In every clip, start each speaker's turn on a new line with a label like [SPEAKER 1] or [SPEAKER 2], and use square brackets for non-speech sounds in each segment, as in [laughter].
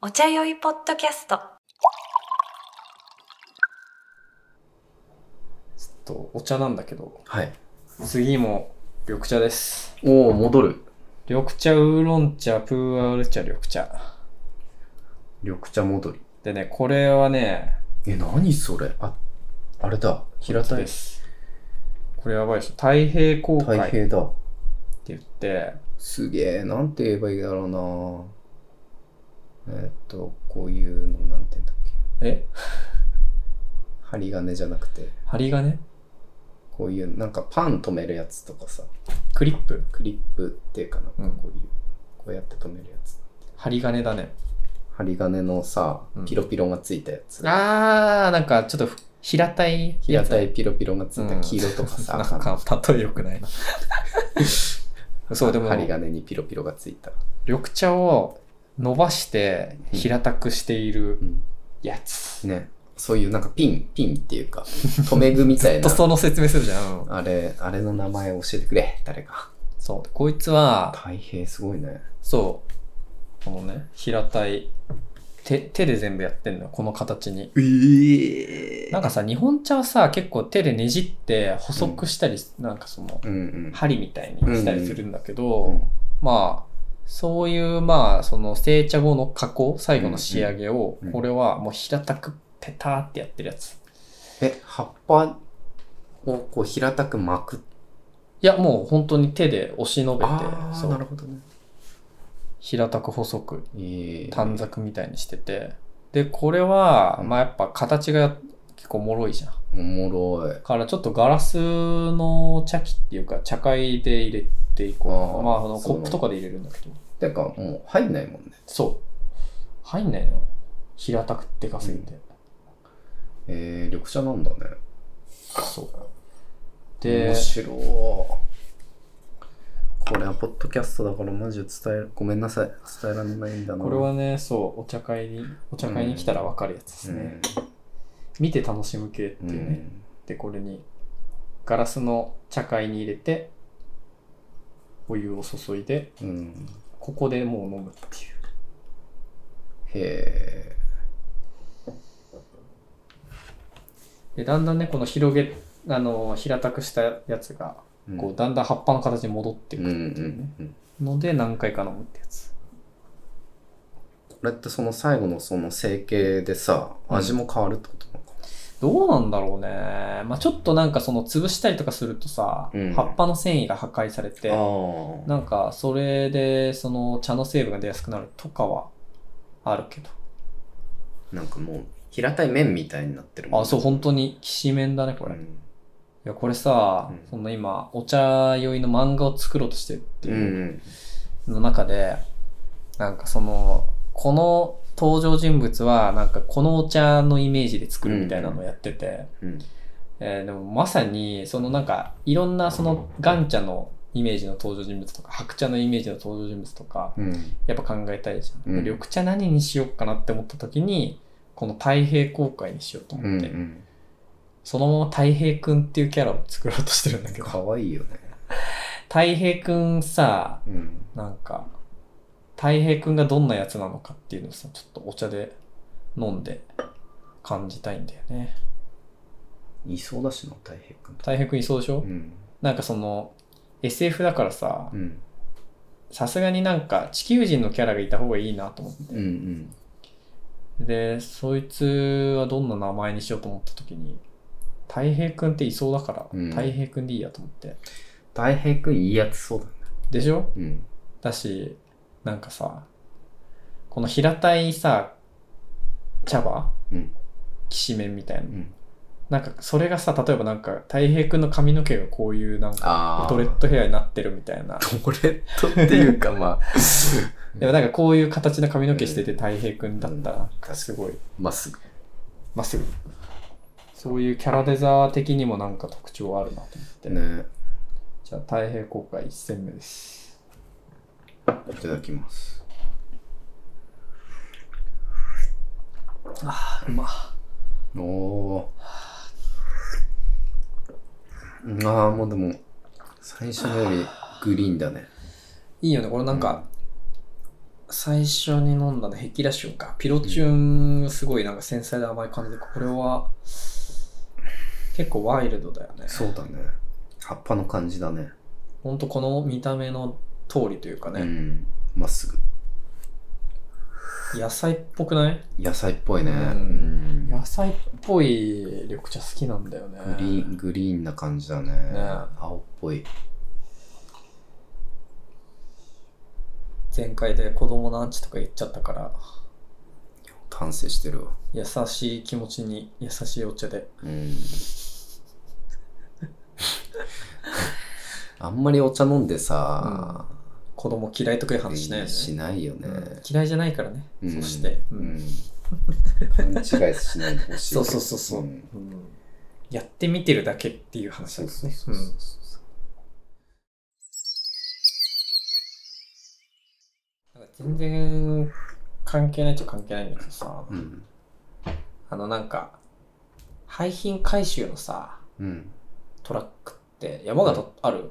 [SPEAKER 1] お茶酔いポッドキャスト。
[SPEAKER 2] ちょっとお茶なんだけど、
[SPEAKER 3] はい。
[SPEAKER 2] 次も緑茶です。
[SPEAKER 3] おお、戻る。
[SPEAKER 2] 緑茶、ウーロン茶、プーアール茶、緑茶。
[SPEAKER 3] 緑茶戻り。
[SPEAKER 2] でね、これはね、
[SPEAKER 3] え、何それあ、あれだ。平たい
[SPEAKER 2] で。す。これやばいでしょ。太平公会
[SPEAKER 3] 太
[SPEAKER 2] って
[SPEAKER 3] 平だ。
[SPEAKER 2] 言って、
[SPEAKER 3] すげえ、なんて言えばいいだろうなえーっと、こういうの、なんて言うんだっけ。
[SPEAKER 2] え
[SPEAKER 3] 針金じゃなくて、
[SPEAKER 2] 針金
[SPEAKER 3] こういう、なんかパン止めるやつとかさ、
[SPEAKER 2] クリップ
[SPEAKER 3] クリップっていうかなんか
[SPEAKER 2] うん
[SPEAKER 3] こういう、こうやって止めるやつ。
[SPEAKER 2] 針金だね。
[SPEAKER 3] 針金のさ
[SPEAKER 2] うん、
[SPEAKER 3] ピロピロがついたやつ。
[SPEAKER 2] あー、なんかちょっとふ平たい
[SPEAKER 3] 平た
[SPEAKER 2] い
[SPEAKER 3] いピロピロがついた黄色とかさ、
[SPEAKER 2] [laughs] なんか、例えよくないな。そう、でも、
[SPEAKER 3] 針金にピロピロがついた。
[SPEAKER 2] 緑茶を伸ばして平たくしている
[SPEAKER 3] うん
[SPEAKER 2] やつ。
[SPEAKER 3] ね、そういうなんかピン、ピンっていうか、留め具みたい
[SPEAKER 2] と [laughs]
[SPEAKER 3] な。
[SPEAKER 2] その説明するじゃん。うん
[SPEAKER 3] あれ、あれの名前教えてくれ、誰か。
[SPEAKER 2] そう。こいつは、
[SPEAKER 3] 大平すごいね。
[SPEAKER 2] そう。このね、平たい。手、手で全部やってんのよ。この形に。
[SPEAKER 3] ええ
[SPEAKER 2] なんかさ、日本茶はさ、結構手でねじって細くしたり、なんかその、
[SPEAKER 3] うんうん。
[SPEAKER 2] 針みたいにしたりするんだけど、
[SPEAKER 3] うん
[SPEAKER 2] まあ、そういう、まあ、その、製茶後の加工、最後の仕上げを
[SPEAKER 3] うんう、ん
[SPEAKER 2] これはもう平たく、ペターってやってるやつ。
[SPEAKER 3] え、葉っぱをこう平たく巻く。
[SPEAKER 2] いや、もう本当に手で押しのべて、
[SPEAKER 3] ー
[SPEAKER 2] そう
[SPEAKER 3] ほどね。
[SPEAKER 2] 平たく細く、
[SPEAKER 3] ええ
[SPEAKER 2] 短冊みたいにしてて。で、これは、
[SPEAKER 3] うん
[SPEAKER 2] まあやっぱ形が結構脆いじゃん。
[SPEAKER 3] おもろい。
[SPEAKER 2] だからちょっとガラスの茶器っていうか、茶会で入れていこうか
[SPEAKER 3] あ
[SPEAKER 2] な。
[SPEAKER 3] ー
[SPEAKER 2] まあ、あの、
[SPEAKER 3] そうな
[SPEAKER 2] コ
[SPEAKER 3] の
[SPEAKER 2] ップとかで入れるんだけど。
[SPEAKER 3] てか、もう入んないもんね。
[SPEAKER 2] そう。入んないのよ平たくでかすぎて。
[SPEAKER 3] ええ緑茶なんだね。
[SPEAKER 2] そう。で
[SPEAKER 3] 面、白い。これはポッドキャストだからマジで伝える、ごめんなさい。伝えられないんだな。
[SPEAKER 2] これはね、そう、お茶会に、お茶会に来たらわかるやつですね。見て楽しむ系って
[SPEAKER 3] うん。
[SPEAKER 2] いうね。
[SPEAKER 3] うん
[SPEAKER 2] でこれにガラスの茶会に入れてお湯を注いで
[SPEAKER 3] うん。
[SPEAKER 2] ここでもう飲むっていう
[SPEAKER 3] へ
[SPEAKER 2] でだんだんねこの広げあの平たくしたやつが
[SPEAKER 3] え。
[SPEAKER 2] こうだんだん葉っぱの形に戻って
[SPEAKER 3] う
[SPEAKER 2] い
[SPEAKER 3] んう
[SPEAKER 2] く
[SPEAKER 3] んうん。
[SPEAKER 2] ので何回か飲むってやつ
[SPEAKER 3] これってその最後のその成形でさ、
[SPEAKER 2] うん
[SPEAKER 3] 味も変わるってことなのか。
[SPEAKER 2] どうなんだろうね、まあ、ちょっとなんかその潰したりとかするとさ、
[SPEAKER 3] うん
[SPEAKER 2] 葉っぱの繊維が破壊されて
[SPEAKER 3] あ
[SPEAKER 2] なんかそれでその茶の成分が出やすくなるとかはあるけど
[SPEAKER 3] あ。なんかもう、平たい麺みたいになってるもん、
[SPEAKER 2] あそう本当にきしめんだねこれ、
[SPEAKER 3] うん
[SPEAKER 2] いや、これさ、
[SPEAKER 3] うん
[SPEAKER 2] その今、お茶酔いの漫画を作ろうとしてるって
[SPEAKER 3] うんう
[SPEAKER 2] いう、
[SPEAKER 3] ん。
[SPEAKER 2] の中で、なんかその、この登場人物は、なんかこのお茶のイメージで作るみたいなのをやってて、
[SPEAKER 3] うん。
[SPEAKER 2] えーでもまさに、そのなんか、いろんなその、ガン茶のイメージの登場人物とか、白茶のイメージの登場人物とか、
[SPEAKER 3] うん。
[SPEAKER 2] やっぱ考えたいじゃん。
[SPEAKER 3] うん
[SPEAKER 2] 緑茶何にしようかなって思った時に、この太平公開にしようと
[SPEAKER 3] う
[SPEAKER 2] 思っ
[SPEAKER 3] んう
[SPEAKER 2] て、
[SPEAKER 3] ん。
[SPEAKER 2] そのまま太平くんっていうキャラを作ろうとしてるんだけど。
[SPEAKER 3] かわいいよね。
[SPEAKER 2] 太平くんさ、
[SPEAKER 3] うん。
[SPEAKER 2] なんか、太平くんがどんなやつなのかっていうのをさ、ちょっとお茶で飲んで感じたいんだよね。
[SPEAKER 3] いそうだしな、太平君。
[SPEAKER 2] 太平くんいそうでしょ、
[SPEAKER 3] うん。
[SPEAKER 2] なんかその、SF だからさ
[SPEAKER 3] う、ん。
[SPEAKER 2] さすがになんか地球人のキャラがいた方がいいなと思っ
[SPEAKER 3] うんうん。
[SPEAKER 2] て。で、そいつはどんな名前にしようと思った時に、太平くんっていそうだから、
[SPEAKER 3] うん
[SPEAKER 2] 太平くんでいいやと思って。
[SPEAKER 3] 太平君いいやつそうだね。
[SPEAKER 2] でしょ
[SPEAKER 3] うん。
[SPEAKER 2] だし、なんかさ、この平たいさ、茶葉
[SPEAKER 3] うん。
[SPEAKER 2] きしめんみたいな
[SPEAKER 3] う。ん。
[SPEAKER 2] なんか、それがさ、例えばなんか、たい平くんの髪の毛がこういうなんか、
[SPEAKER 3] ああ。
[SPEAKER 2] ドレッドヘアになってるみたいな。
[SPEAKER 3] ドレッドっていうか、まあ、
[SPEAKER 2] でもなんかこういう形の髪の毛しててたい平くんだった
[SPEAKER 3] うん
[SPEAKER 2] ら、すごい、
[SPEAKER 3] まっすぐ。
[SPEAKER 2] まっすぐ。そういうキャラデザー的にもなんか特徴あるなと思って。
[SPEAKER 3] ね。
[SPEAKER 2] じゃあ、太平公開1戦目です。
[SPEAKER 3] いただきます。
[SPEAKER 2] あ、うま。
[SPEAKER 3] おおー。ああ、もうでも、最初のよりグリーンだね。
[SPEAKER 2] いいよね、これなんか、最初に飲んだの、ヘキラシオか。ピロチュン、すごいなんか繊細で甘い感じで、これは、結構ワイルドだよね。
[SPEAKER 3] そうだね。葉っぱの感じだね。
[SPEAKER 2] ほんとこの見た目の通りというか
[SPEAKER 3] う
[SPEAKER 2] ね、
[SPEAKER 3] ん。まっすぐ。
[SPEAKER 2] 野菜っぽくない
[SPEAKER 3] 野菜っぽいね。う
[SPEAKER 2] うん
[SPEAKER 3] ん。
[SPEAKER 2] 野菜っぽい緑茶好きなんだよね。
[SPEAKER 3] グリーン、グリーンな感じだね。青っぽい。
[SPEAKER 2] 前回で子供のアンチとか言っちゃったから、
[SPEAKER 3] 完成してるわ。
[SPEAKER 2] 優しい気持ちに優しいお茶で。
[SPEAKER 3] うん。あんまりお茶飲んでさ、
[SPEAKER 2] 子供嫌いとかいう話しないよね。
[SPEAKER 3] しないよね。
[SPEAKER 2] 嫌いじゃないからね。
[SPEAKER 3] うん
[SPEAKER 2] そして、
[SPEAKER 3] う
[SPEAKER 2] うんん。
[SPEAKER 3] 勘違いしないでほしい。
[SPEAKER 2] そうそうそうそう、
[SPEAKER 3] ん
[SPEAKER 2] うんやってみてるだけっていう話
[SPEAKER 3] そ
[SPEAKER 2] で
[SPEAKER 3] う
[SPEAKER 2] す
[SPEAKER 3] そう
[SPEAKER 2] ね。
[SPEAKER 3] そうそう
[SPEAKER 2] うんなんか全然関係ないっちゃ関係ないんだけどさ、
[SPEAKER 3] うん。
[SPEAKER 2] あのなんか、廃品回収のさ、
[SPEAKER 3] うん。
[SPEAKER 2] トラックって山形ある、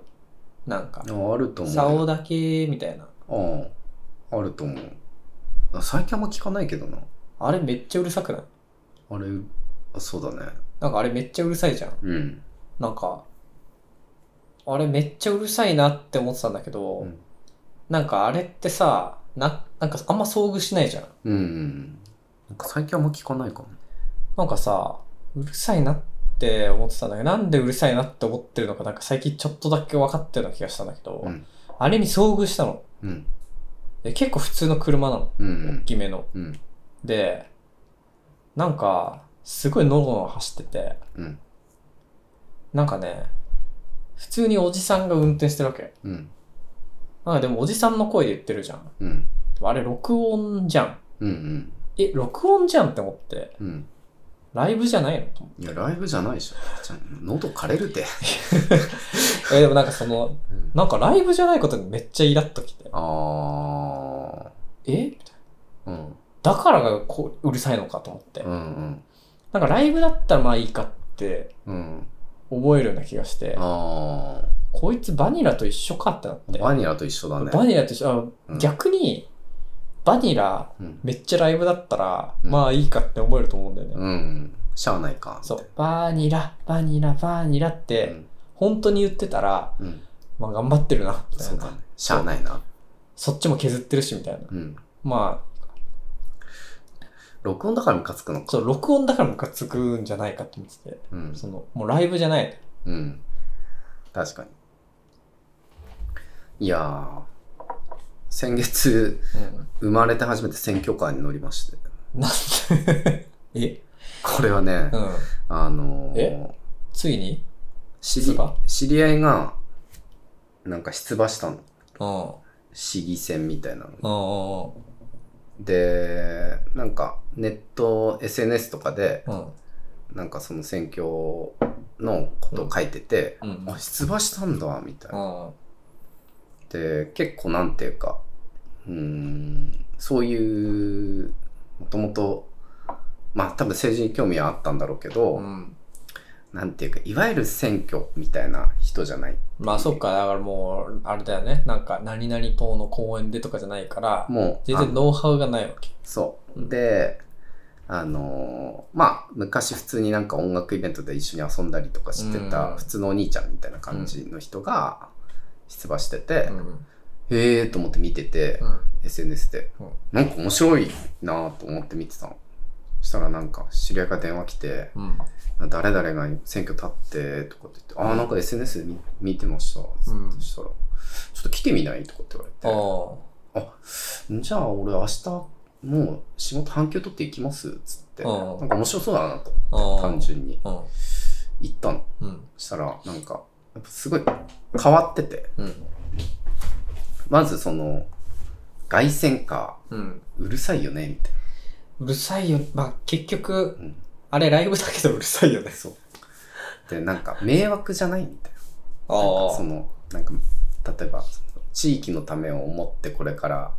[SPEAKER 2] なんか、
[SPEAKER 3] ああると思う。
[SPEAKER 2] 竿だけみたいな。
[SPEAKER 3] ああ、あると思う。あ最近あんま聞かないけどな。
[SPEAKER 2] あれめっちゃうるさくない
[SPEAKER 3] あれ、あそうだね。
[SPEAKER 2] なんかあれめっちゃうるさいじゃん。
[SPEAKER 3] うん。
[SPEAKER 2] なんか、あれめっちゃうるさいなって思ってたんだけど、
[SPEAKER 3] うん
[SPEAKER 2] なんかあれってさ、な、なんかあんま遭遇しないじゃん。
[SPEAKER 3] うんうん。なんか最近あんま聞かないかも。
[SPEAKER 2] なんかさ、うるさいなって思ってたんだけど、なんでうるさいなって思ってるのか、なんか最近ちょっとだけ分かったような気がしたんだけど、
[SPEAKER 3] うん
[SPEAKER 2] あれに遭遇したの。
[SPEAKER 3] うん。
[SPEAKER 2] で結構普通の車なの。
[SPEAKER 3] う
[SPEAKER 2] 大
[SPEAKER 3] ん。
[SPEAKER 2] きめの。
[SPEAKER 3] うん。
[SPEAKER 2] で、なんか、すごいのろのろ走ってて、
[SPEAKER 3] うん。
[SPEAKER 2] なんかね、普通におじさんが運転してるわけ。
[SPEAKER 3] うん。
[SPEAKER 2] なんかでもおじさんの声で言ってるじゃん。
[SPEAKER 3] うん。
[SPEAKER 2] あれ録音じゃん。
[SPEAKER 3] うん。うん。
[SPEAKER 2] え、録音じゃんって思って、
[SPEAKER 3] うん。
[SPEAKER 2] ライブじゃないのと思っ
[SPEAKER 3] いや、ライブじゃないでしょ。ちゃん喉枯れるて。
[SPEAKER 2] て。え、でもなんかその、 [laughs]
[SPEAKER 3] うん
[SPEAKER 2] なんかライブじゃないことにめっちゃイラっときて。
[SPEAKER 3] あ
[SPEAKER 2] えみたい
[SPEAKER 3] ー。うん。
[SPEAKER 2] な。だからがこううるさいのかと思って。
[SPEAKER 3] うん。
[SPEAKER 2] なんかライブだったらまあいいかって
[SPEAKER 3] うん。うん。
[SPEAKER 2] 思えるような気がして、
[SPEAKER 3] あ
[SPEAKER 2] こいつバニラと一緒かってなって。
[SPEAKER 3] ー。バニラと一緒だね。
[SPEAKER 2] バニラと一緒、あ
[SPEAKER 3] うん
[SPEAKER 2] 逆に、バニラ
[SPEAKER 3] うん。
[SPEAKER 2] めっちゃライブだったら、
[SPEAKER 3] うん
[SPEAKER 2] まあいいかって思えると思うんだよね。
[SPEAKER 3] うん。しゃあないか。
[SPEAKER 2] そう。バニラ、バニラ、バニラっ
[SPEAKER 3] う
[SPEAKER 2] て、
[SPEAKER 3] ん。
[SPEAKER 2] 本当に言ってたら、
[SPEAKER 3] うん。
[SPEAKER 2] まあ頑張ってるな、みたい
[SPEAKER 3] そう
[SPEAKER 2] な
[SPEAKER 3] だね。しゃあないな。
[SPEAKER 2] そっちも削ってるし、みたいな。
[SPEAKER 3] うん。
[SPEAKER 2] まあ、
[SPEAKER 3] 録音だからムカつくのか。
[SPEAKER 2] そう、録音だからムカつくんじゃないかと思ってて。
[SPEAKER 3] うん。
[SPEAKER 2] その、もうライブじゃない。
[SPEAKER 3] うん。確かに。いやー、先月、
[SPEAKER 2] う
[SPEAKER 3] 生まれて初めて選挙カーに乗りまして。
[SPEAKER 2] ん。なん
[SPEAKER 3] [laughs]
[SPEAKER 2] でえ
[SPEAKER 3] これはね、
[SPEAKER 2] うん。
[SPEAKER 3] あのー
[SPEAKER 2] え、ついに
[SPEAKER 3] 知
[SPEAKER 2] 出
[SPEAKER 3] り
[SPEAKER 2] 馬
[SPEAKER 3] 知り合いが、なんか出馬したの。
[SPEAKER 2] うん。うん
[SPEAKER 3] 市議選みたいなの。
[SPEAKER 2] うん
[SPEAKER 3] で、なんか、ネット、SNS とかで、
[SPEAKER 2] うん。
[SPEAKER 3] なんかその選挙のことを書いてて、
[SPEAKER 2] うん。うん
[SPEAKER 3] あ、出馬したんだ、みたいな。
[SPEAKER 2] うん。
[SPEAKER 3] で結構なんていうかうーんそういうもともとまあ多分政治に興味はあったんだろうけど、
[SPEAKER 2] うん。
[SPEAKER 3] なんていうかいわゆる選挙みたいな人じゃない
[SPEAKER 2] まあそっか、だからもう、あれだよね。なんか、何々党の公演でとかじゃないから、
[SPEAKER 3] もう
[SPEAKER 2] 全然
[SPEAKER 3] あ
[SPEAKER 2] ノウハウがないわけ。
[SPEAKER 3] そう、
[SPEAKER 2] うん
[SPEAKER 3] であのーまあ昔普通になんか音楽イベントで一緒に遊んだりとかして
[SPEAKER 2] う
[SPEAKER 3] た
[SPEAKER 2] ん
[SPEAKER 3] 普通のお兄ちゃんみたいな感じの人が出馬してて、
[SPEAKER 2] うん。うん。
[SPEAKER 3] へえと思って見てて、SNS で、
[SPEAKER 2] うん
[SPEAKER 3] なんか面白いなぁと思って見てたの。そしたらなんか知り合いから電話来て、
[SPEAKER 2] うん。
[SPEAKER 3] 誰々が選挙立ってとかって言って、ああ、なんか SNS で見見てました。
[SPEAKER 2] うん
[SPEAKER 3] そしたら、ちょっと来てみないとかって
[SPEAKER 2] あ
[SPEAKER 3] 言わ
[SPEAKER 2] あ。
[SPEAKER 3] れて、じゃあ俺明日もう仕事半休取っていきますつって、
[SPEAKER 2] うん
[SPEAKER 3] なんか面白そうだなと、
[SPEAKER 2] ああ。
[SPEAKER 3] 単純に。
[SPEAKER 2] うん。
[SPEAKER 3] 行ったの。
[SPEAKER 2] うん。
[SPEAKER 3] そしたら、なんか、やっぱすごい変わってて、
[SPEAKER 2] うん。
[SPEAKER 3] まずその、外線か、
[SPEAKER 2] うん。
[SPEAKER 3] うるさいよね、みたいう
[SPEAKER 2] るさいよ。まあ、結局、
[SPEAKER 3] な。うん
[SPEAKER 2] あれライブだけどうるさいよね。
[SPEAKER 3] そう。で、なんか、迷惑じゃないみたい
[SPEAKER 2] あ
[SPEAKER 3] な。なんかその、なんか、例えば、その地域のためを思ってこれから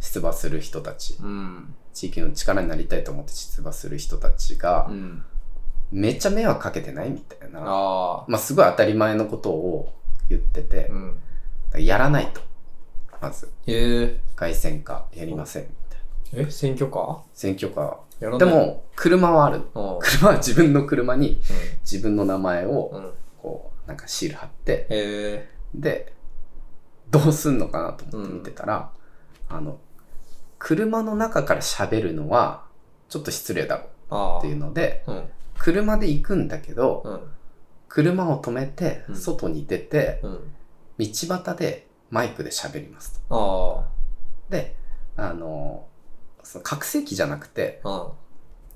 [SPEAKER 3] 出馬する人たち、
[SPEAKER 2] うん。
[SPEAKER 3] 地域の力になりたいと思って出馬する人たちが
[SPEAKER 2] う、ん。
[SPEAKER 3] めっちゃ迷惑かけてないみたいな。
[SPEAKER 2] ああ。
[SPEAKER 3] まあ、すごい当たり前のことを言ってて
[SPEAKER 2] う、ん。
[SPEAKER 3] やらないと。まず。
[SPEAKER 2] え
[SPEAKER 3] 凱旋かやりません。みたいな。
[SPEAKER 2] ええ、選挙か
[SPEAKER 3] 選挙か。
[SPEAKER 2] やら
[SPEAKER 3] で
[SPEAKER 2] ない。
[SPEAKER 3] も、車はある。
[SPEAKER 2] うん、
[SPEAKER 3] 車は自分の車に自分の名前
[SPEAKER 2] う
[SPEAKER 3] を、
[SPEAKER 2] ん。うん。
[SPEAKER 3] こう、なんかシール貼って、
[SPEAKER 2] え
[SPEAKER 3] で、どうすんのかなと思って見てたら、あの、車の中から喋るのは、ちょっと失礼だろ
[SPEAKER 2] ー、ああ。
[SPEAKER 3] っていうので、
[SPEAKER 2] うん。
[SPEAKER 3] 車で行くんだけど、
[SPEAKER 2] うん。
[SPEAKER 3] 車を止めて
[SPEAKER 2] う、ん
[SPEAKER 3] 外に出て、
[SPEAKER 2] うん。
[SPEAKER 3] 道端でマイクで喋りますと。
[SPEAKER 2] あ
[SPEAKER 3] で、あの、その拡声器じゃなくて、
[SPEAKER 2] あ。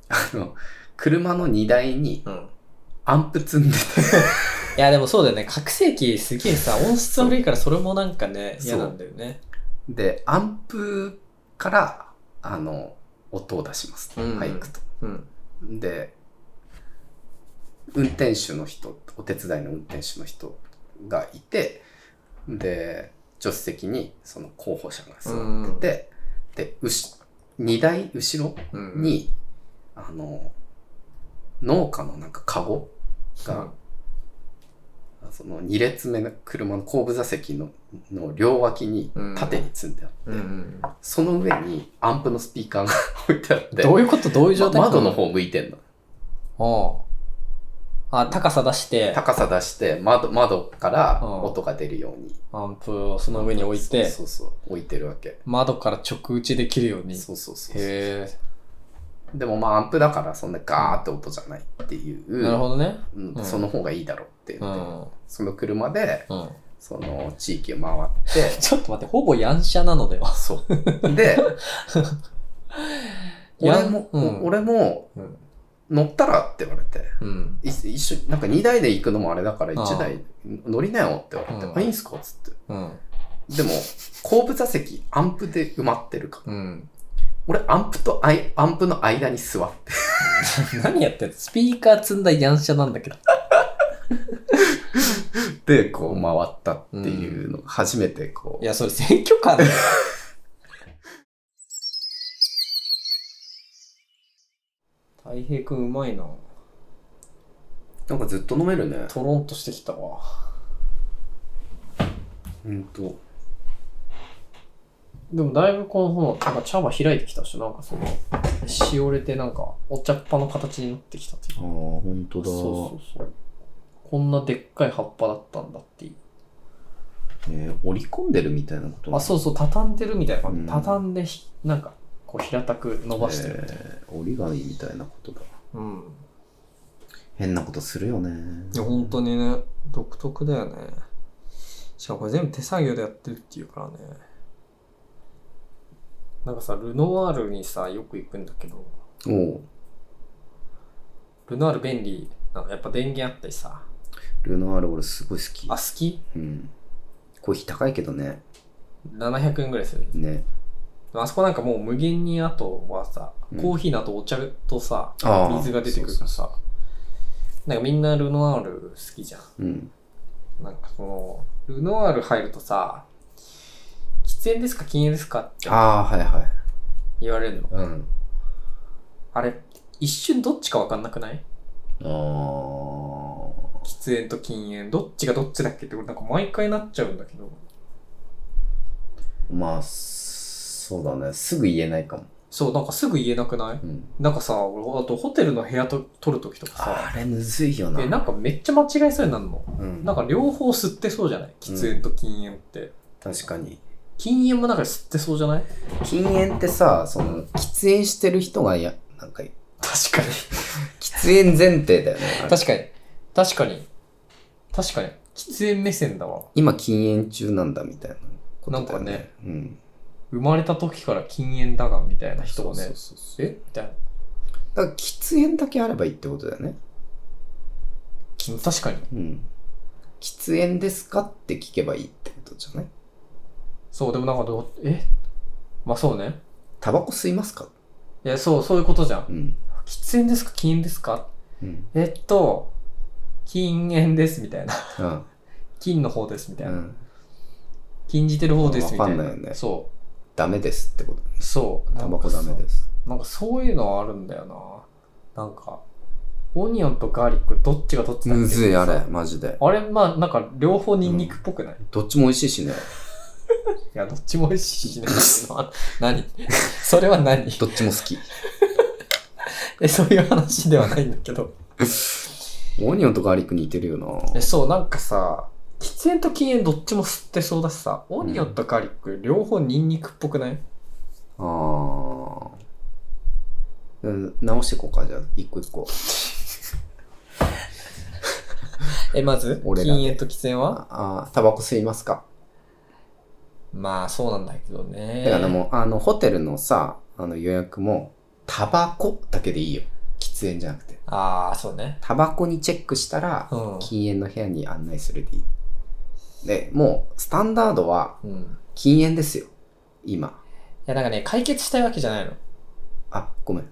[SPEAKER 3] あの、車の荷台に
[SPEAKER 2] うん。うん。
[SPEAKER 3] アンプ積んでて、
[SPEAKER 2] いや、でもそうだよね。拡声器すげえさ、音質悪いからそれもなんかね、
[SPEAKER 3] そう
[SPEAKER 2] 嫌なんだよね。
[SPEAKER 3] で、アンプから、あの、音を出しますと。
[SPEAKER 2] うん
[SPEAKER 3] マイクと。
[SPEAKER 2] うん。
[SPEAKER 3] で、運転手の人、お手伝いの運転手の人がいて、で、助手席にその候補者が座ってて、で、うし、荷台後ろ
[SPEAKER 2] うん。
[SPEAKER 3] に、あの、農家のなんかカゴが、その2列目の車の後部座席のの両脇に
[SPEAKER 2] うん
[SPEAKER 3] 縦に積んであって、
[SPEAKER 2] うん、うん。
[SPEAKER 3] その上にアンプのスピーカーが置いてあって、
[SPEAKER 2] どういうことどういう状態
[SPEAKER 3] ま窓の方向いてんの。
[SPEAKER 2] 方。あ、高さ出して、
[SPEAKER 3] 高さ出して窓、窓から
[SPEAKER 2] うん
[SPEAKER 3] 音が出るように。
[SPEAKER 2] アンプをその上に置いて、
[SPEAKER 3] そうそうそう、置いてるわけ。
[SPEAKER 2] 窓から直打ちできるように。へ
[SPEAKER 3] そうそうそうそう。
[SPEAKER 2] え、
[SPEAKER 3] でもまあアンプだからそんなガーって音じゃないっていう、
[SPEAKER 2] なるほどね。
[SPEAKER 3] うん
[SPEAKER 2] うん
[SPEAKER 3] その方がいいだろうって
[SPEAKER 2] う
[SPEAKER 3] 言って、
[SPEAKER 2] ん。
[SPEAKER 3] その車で
[SPEAKER 2] うん。
[SPEAKER 3] その地域を回って、
[SPEAKER 2] ちょっと待って、ほぼヤンシャなのでは。
[SPEAKER 3] そう。で、
[SPEAKER 2] [laughs] やん
[SPEAKER 3] 俺も、
[SPEAKER 2] うん
[SPEAKER 3] 俺も
[SPEAKER 2] うん。
[SPEAKER 3] 乗ったらって言われて、
[SPEAKER 2] うん。
[SPEAKER 3] い一緒に、なんか2台で行くのもあれだから
[SPEAKER 2] ああ
[SPEAKER 3] 1台乗りなよって言われて、
[SPEAKER 2] うん
[SPEAKER 3] あ、いいんすかっつって。
[SPEAKER 2] うん。
[SPEAKER 3] でも、後部座席、アンプで埋まってるから。
[SPEAKER 2] うん。
[SPEAKER 3] 俺、アンプとアイアンプの間に座って。
[SPEAKER 2] [laughs] 何やってんのスピーカー積んだヤンシャなんだけど。
[SPEAKER 3] で、こう回ったっていうのが初めてこ
[SPEAKER 2] いや、それ選挙カーだよ。 [laughs] たい平くんうまいな。
[SPEAKER 3] う、なんかずっと飲めるね。
[SPEAKER 2] トロンとしてきたわ。
[SPEAKER 3] うんと。
[SPEAKER 2] でもだいぶこのほら、なんか茶葉開いてきたし、なんかその、しおれてなんか、お茶っ葉の形になってきたっていう
[SPEAKER 3] ああ、
[SPEAKER 2] か。
[SPEAKER 3] ほんと
[SPEAKER 2] そうそうそう。こんなでっかい葉っぱだったんだっていう。
[SPEAKER 3] え折り込んでるみたいなこと
[SPEAKER 2] あ、そうそう、畳んでるみたいな
[SPEAKER 3] う
[SPEAKER 2] 感
[SPEAKER 3] ん
[SPEAKER 2] じ。畳んでひ、なんか、こう平たく伸ばしてるみたいな。
[SPEAKER 3] 折り紙みたいなことだ。
[SPEAKER 2] うん。
[SPEAKER 3] 変なことするよね
[SPEAKER 2] いや、本当にね、独特だよね。しかもこれ全部手作業でやってるっていうからね。なんかさ、ルノワールにさ、よく行くんだけど、
[SPEAKER 3] おう
[SPEAKER 2] ルノワール便利なの。やっぱ電源あったりさ。
[SPEAKER 3] ルノワール俺すごい好き
[SPEAKER 2] あ、好き
[SPEAKER 3] うんコーヒー高いけどね
[SPEAKER 2] ?700 円ぐらいする。
[SPEAKER 3] ね
[SPEAKER 2] あそこなんかもう無限にあとはさ
[SPEAKER 3] うん、
[SPEAKER 2] コーヒーのあとお茶とさ、
[SPEAKER 3] ああ
[SPEAKER 2] 水が出てくるからさ。なんかみんなルノワール好きじゃん。
[SPEAKER 3] うん
[SPEAKER 2] なんかその、ルノワール入るとさ、喫煙ですか禁煙ですかって
[SPEAKER 3] ああはいはい
[SPEAKER 2] 言われるの。
[SPEAKER 3] うん
[SPEAKER 2] あれ、一瞬どっちかわかんなくない
[SPEAKER 3] ああ
[SPEAKER 2] 喫煙と禁煙。どっちがどっちだっけって、俺なんか毎回なっちゃうんだけど。
[SPEAKER 3] まあそうだねすぐ言えないかも、
[SPEAKER 2] そう、なんかすぐ言えなくない
[SPEAKER 3] うん、
[SPEAKER 2] なんかさ、俺、あとホテルの部屋と取るときとか
[SPEAKER 3] あ
[SPEAKER 2] さ、
[SPEAKER 3] れむずいよな
[SPEAKER 2] え、なんかめっちゃ間違いそうになるの。
[SPEAKER 3] うん、
[SPEAKER 2] なんか両方吸ってそうじゃない喫煙と禁煙って。
[SPEAKER 3] 確かに
[SPEAKER 2] 禁煙もなんか吸ってそうじゃない
[SPEAKER 3] 禁煙ってさその喫煙してる人がやなんか
[SPEAKER 2] 確かに。
[SPEAKER 3] 喫煙前提だよねあれ
[SPEAKER 2] 確かに。確かに。確かに。喫煙目線だわ。
[SPEAKER 3] 今禁煙中なんだみたいなことだよ
[SPEAKER 2] なんかね
[SPEAKER 3] うん
[SPEAKER 2] 生まれた時から禁煙だがみたいな人が
[SPEAKER 3] そうそ
[SPEAKER 2] ね
[SPEAKER 3] う、そうそう
[SPEAKER 2] えみたいな。
[SPEAKER 3] だから喫煙だけあればいいってことだよね
[SPEAKER 2] 確かに。
[SPEAKER 3] うん。喫煙ですかって聞けばいいってことじゃない
[SPEAKER 2] そう、でもなんかどう、えまあそうね。
[SPEAKER 3] タバコ吸いますか
[SPEAKER 2] いや、そう、そういうことじゃん。
[SPEAKER 3] うん。
[SPEAKER 2] 喫煙ですか禁煙ですか
[SPEAKER 3] うん。
[SPEAKER 2] えっと、禁煙ですみたいな。
[SPEAKER 3] うん。
[SPEAKER 2] 禁の方ですみたいうな。
[SPEAKER 3] ん、
[SPEAKER 2] 禁じてる方ですみたいな。
[SPEAKER 3] わかんないよね
[SPEAKER 2] そ
[SPEAKER 3] ダメですってこと。
[SPEAKER 2] う。そう。
[SPEAKER 3] タバコダメです。
[SPEAKER 2] なんかそういうのはあるんだよな。なんか、オニオンとガーリック、どっちがどっちだっけ
[SPEAKER 3] むずい、あれ
[SPEAKER 2] さ。
[SPEAKER 3] マジで。
[SPEAKER 2] あれ、まあ、なんか両方ニンニクっぽくない、
[SPEAKER 3] どっちも美味しいしね。
[SPEAKER 2] いや、どっちも美味しいしね。 [laughs] 何 [laughs] それは何 [laughs]
[SPEAKER 3] どっちも好き。
[SPEAKER 2] え、そういう話ではないんだけど。
[SPEAKER 3] [laughs] オニオンとガーリック似てるよな
[SPEAKER 2] え、。そう、なんかさ、喫煙と禁煙どっちも吸ってそうだしさ、オニオンとガーリック両方ニンニクっぽくない、
[SPEAKER 3] あーうん。直していこうか、じゃあ、一個一個。
[SPEAKER 2] え、まず
[SPEAKER 3] 俺らで
[SPEAKER 2] 禁煙と喫煙は
[SPEAKER 3] ああ、タバコ吸いますか
[SPEAKER 2] まあ、そうなんだけどね。
[SPEAKER 3] だからもう、あの、ホテルのさ、あの予約も、タバコだけでいいよ。喫煙じゃなくて。
[SPEAKER 2] ああ、そうね。
[SPEAKER 3] タバコにチェックしたら
[SPEAKER 2] う、ん。
[SPEAKER 3] 禁煙の部屋に案内するでいい。で、もう、スタンダードは
[SPEAKER 2] うん。い
[SPEAKER 3] 禁煙ですよ。今。
[SPEAKER 2] や、なんかね、解決したいわけじゃないの。
[SPEAKER 3] あ、ごめん。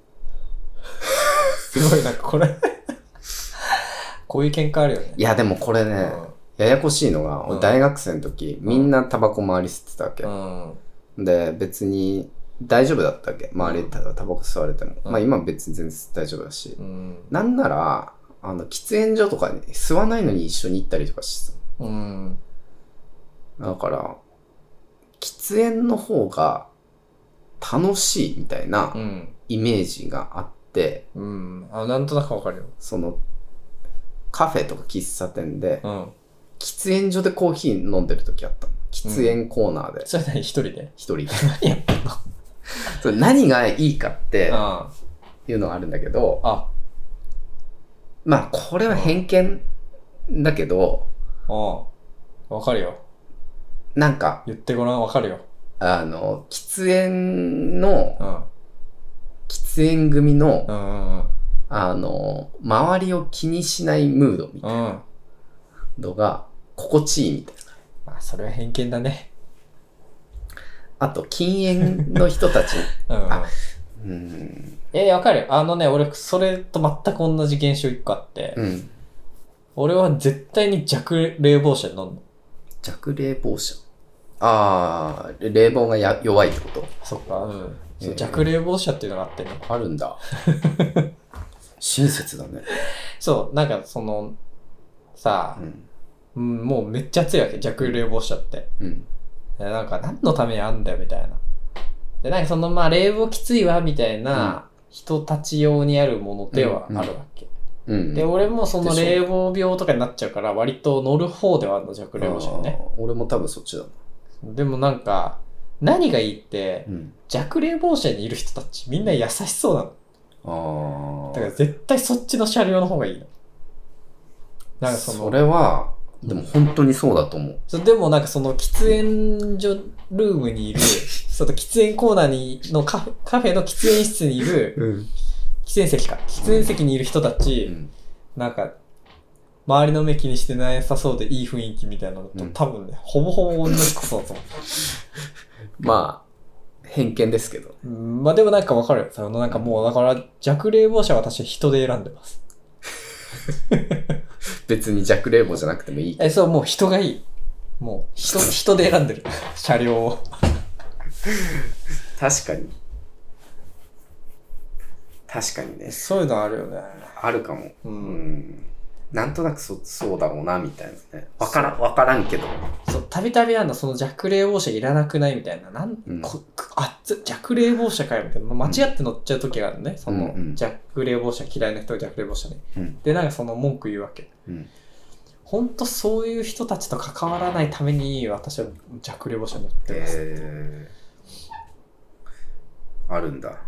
[SPEAKER 2] すごい、なんかこれ。 [laughs] こういう喧嘩あるよね。
[SPEAKER 3] いや、でもこれ
[SPEAKER 2] う
[SPEAKER 3] ね、
[SPEAKER 2] ん
[SPEAKER 3] ややこしいの
[SPEAKER 2] う
[SPEAKER 3] が、
[SPEAKER 2] ん
[SPEAKER 3] 俺大学生の時、みんなタバコ周り吸ってたわけ。
[SPEAKER 2] うん。
[SPEAKER 3] で、別に大丈夫だったわけ。周りでタバコ吸われても。
[SPEAKER 2] うん
[SPEAKER 3] まあ今別に全然大丈夫だし。
[SPEAKER 2] うん。
[SPEAKER 3] なんなら、あの、喫煙所とかに吸わないのに一緒に行ったりとかして
[SPEAKER 2] うん。
[SPEAKER 3] た。だから、喫煙の方が楽しいみたいな
[SPEAKER 2] うん。
[SPEAKER 3] イメージがあって、
[SPEAKER 2] うん。あ、なんとなくわかるよ。
[SPEAKER 3] その、カフェとか喫茶店で、
[SPEAKER 2] うん。
[SPEAKER 3] 喫煙所でコーヒー飲んでる時あったの。喫煙コーナーで、
[SPEAKER 2] それ何一人で
[SPEAKER 3] 一人で。
[SPEAKER 2] 何やってんの
[SPEAKER 3] それ何がいいかって
[SPEAKER 2] あ
[SPEAKER 3] いうのがあるんだけど、
[SPEAKER 2] あ。
[SPEAKER 3] まあこれは偏見だけど、
[SPEAKER 2] ああ。わかるよ。
[SPEAKER 3] なんか、
[SPEAKER 2] 言ってごらん、わかるよ。
[SPEAKER 3] あの、喫煙の、
[SPEAKER 2] うん。
[SPEAKER 3] 喫煙組の
[SPEAKER 2] う、んうん
[SPEAKER 3] あの、周りを気にしないムードみ
[SPEAKER 2] う
[SPEAKER 3] たい
[SPEAKER 2] ん。うん。
[SPEAKER 3] なのが心地いいみたいな。
[SPEAKER 2] まあ、それは偏見だね。
[SPEAKER 3] あと、禁煙の人たち。
[SPEAKER 2] うんうん。
[SPEAKER 3] あうん。
[SPEAKER 2] え、わかるよ。あのね、俺、それと全く同じ現象一個あって、
[SPEAKER 3] うん。
[SPEAKER 2] 俺は絶対に弱冷房車で飲んの。
[SPEAKER 3] 弱冷房者。あー、冷房がや弱いってこと
[SPEAKER 2] そっか。うん。そう
[SPEAKER 3] ええ
[SPEAKER 2] 弱冷房車っていうのがあってね。
[SPEAKER 3] あるんだ。親切だね。
[SPEAKER 2] そう、なんかその、さあ、
[SPEAKER 3] うん。
[SPEAKER 2] うんもうめっちゃ暑いわけ、弱冷房車って。
[SPEAKER 3] うん。
[SPEAKER 2] でなんか何のためにあんだよみたいな。で、なんかそのまあ冷房きついわみたいな人たち用にあるものではあるわけ。
[SPEAKER 3] うん。
[SPEAKER 2] で、俺もその
[SPEAKER 3] でし
[SPEAKER 2] 冷房病とかになっちゃうから割と乗る方ではあるの、弱冷房車にね。
[SPEAKER 3] あー俺も多分そっちだな。
[SPEAKER 2] でもなんか、何がいいって
[SPEAKER 3] う、ん。
[SPEAKER 2] 弱冷房車にいる人たちみんな優しそうなの。
[SPEAKER 3] ああ。
[SPEAKER 2] だから絶対そっちの車両の方がいいの。なんかその、
[SPEAKER 3] それは、でも本当にそうだと思う。
[SPEAKER 2] そうでもなんかその喫煙所ルームにい
[SPEAKER 3] [laughs]
[SPEAKER 2] る、その喫煙コーナーにのカフェカフェの喫煙室にいる、
[SPEAKER 3] うん。
[SPEAKER 2] 喫煙席か。喫煙席にいる人たち、なんか、周りの目気にしてなさそうでいい雰囲気みたいなのと、
[SPEAKER 3] うん
[SPEAKER 2] 多分ね、ほぼほぼ同じことだと思
[SPEAKER 3] まあ、偏見ですけど。
[SPEAKER 2] う。うんまあでもなんかわかるよ。そのなんかもうだから弱冷房車は私は人で選んでます。
[SPEAKER 3] 別に弱冷房じゃなくてもいい。
[SPEAKER 2] え、そう、もう人がいい。もう人、人で選んでる。 [laughs] 車両を。
[SPEAKER 3] 確かに。確かにね。
[SPEAKER 2] そういうのあるよね。
[SPEAKER 3] あるかも。
[SPEAKER 2] う
[SPEAKER 3] うんん。なんとなくそそうだろうな、みたいなね。わからん、わからんけど。
[SPEAKER 2] そう、たびたびあんの、その弱冷房車いらなくないみたいな、なん、
[SPEAKER 3] うん
[SPEAKER 2] こくあっつ、弱冷房車かよみたいな、間違って乗っちゃう時があるのね、その
[SPEAKER 3] うんうん
[SPEAKER 2] 弱冷房車嫌いな人が弱冷房車に。
[SPEAKER 3] うん。
[SPEAKER 2] で、なんかその文句言うわけ。
[SPEAKER 3] うん。
[SPEAKER 2] ほんとそういう人たちと関わらないために、私は弱冷房車乗ってます。
[SPEAKER 3] えー、あるんだ。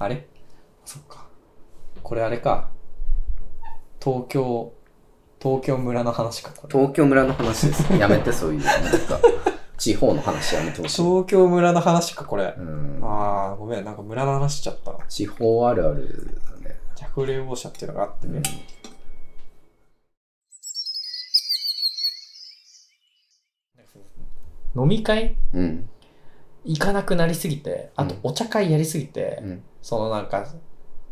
[SPEAKER 2] あれそっか。これあれか。東京、東京村の話か、これ。
[SPEAKER 3] 東京村の話です。やめて、そういうの。なんか、地方の話やめてほしい。
[SPEAKER 2] 東京村の話か、これ。
[SPEAKER 3] うん。
[SPEAKER 2] あー、ごめん、なんか村の話しちゃったな。
[SPEAKER 3] 地方あるあるだね。
[SPEAKER 2] 弱冷房車っていうのがあってね。飲み会
[SPEAKER 3] うん。
[SPEAKER 2] 行かなくなりすぎて、あと
[SPEAKER 3] うん
[SPEAKER 2] お茶会やりすぎて、
[SPEAKER 3] うん。
[SPEAKER 2] そのなんか、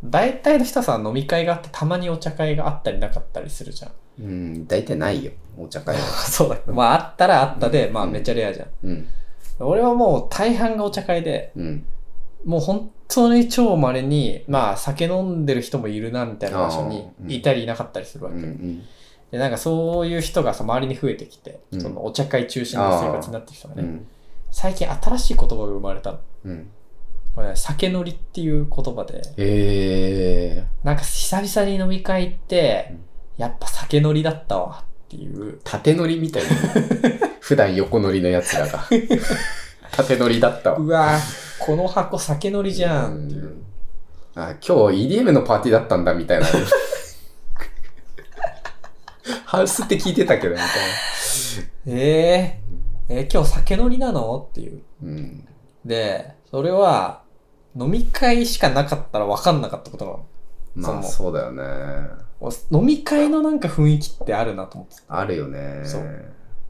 [SPEAKER 2] 大体の人はさ、飲み会があって、たまにお茶会があったりなかったりするじ
[SPEAKER 3] [laughs]
[SPEAKER 2] ゃん。
[SPEAKER 3] うん。大体ないよ。お茶会は。
[SPEAKER 2] そうだ。まあ、あったらあったで、まあ、
[SPEAKER 3] うん
[SPEAKER 2] めっちゃレアじゃん。
[SPEAKER 3] うん。
[SPEAKER 2] 俺はもう大半がお茶会で、
[SPEAKER 3] うん。
[SPEAKER 2] もう本当に超稀に、まあ、酒飲んでる人もいるな、みたいな場所に
[SPEAKER 3] あーうん
[SPEAKER 2] いたりいなかったりするわ
[SPEAKER 3] う
[SPEAKER 2] け。
[SPEAKER 3] ん。
[SPEAKER 2] で、なんかそういう人がさ、周りに増えてきて、
[SPEAKER 3] うん
[SPEAKER 2] そのお茶会中心の生活になってきたのね。
[SPEAKER 3] うん。
[SPEAKER 2] 最近新しい言葉が生まれたの。
[SPEAKER 3] うん。
[SPEAKER 2] これね、酒乗りっていう言葉で、
[SPEAKER 3] ええ
[SPEAKER 2] なんか久々に飲み会行って
[SPEAKER 3] うん、
[SPEAKER 2] やっぱ酒乗りだったわっていう。
[SPEAKER 3] 縦乗りみたいな。普段横乗りのやつらが。縦乗りだったわ。
[SPEAKER 2] うわぁ、この箱酒乗りじゃんっていうう。
[SPEAKER 3] んあ今日 EDM のパーティーだったんだ
[SPEAKER 2] [laughs]
[SPEAKER 3] みたいな。ハウスって聞いてたけどみたい
[SPEAKER 2] えー、えー今日酒乗りなのっていう。
[SPEAKER 3] な。うん。
[SPEAKER 2] で、それは、飲み会しかなかったら分かんなかったことなの。
[SPEAKER 3] まあ
[SPEAKER 2] そ
[SPEAKER 3] そうだよね。
[SPEAKER 2] お飲み会のなんか雰囲気ってあるなと思って。
[SPEAKER 3] あるよね。
[SPEAKER 2] そう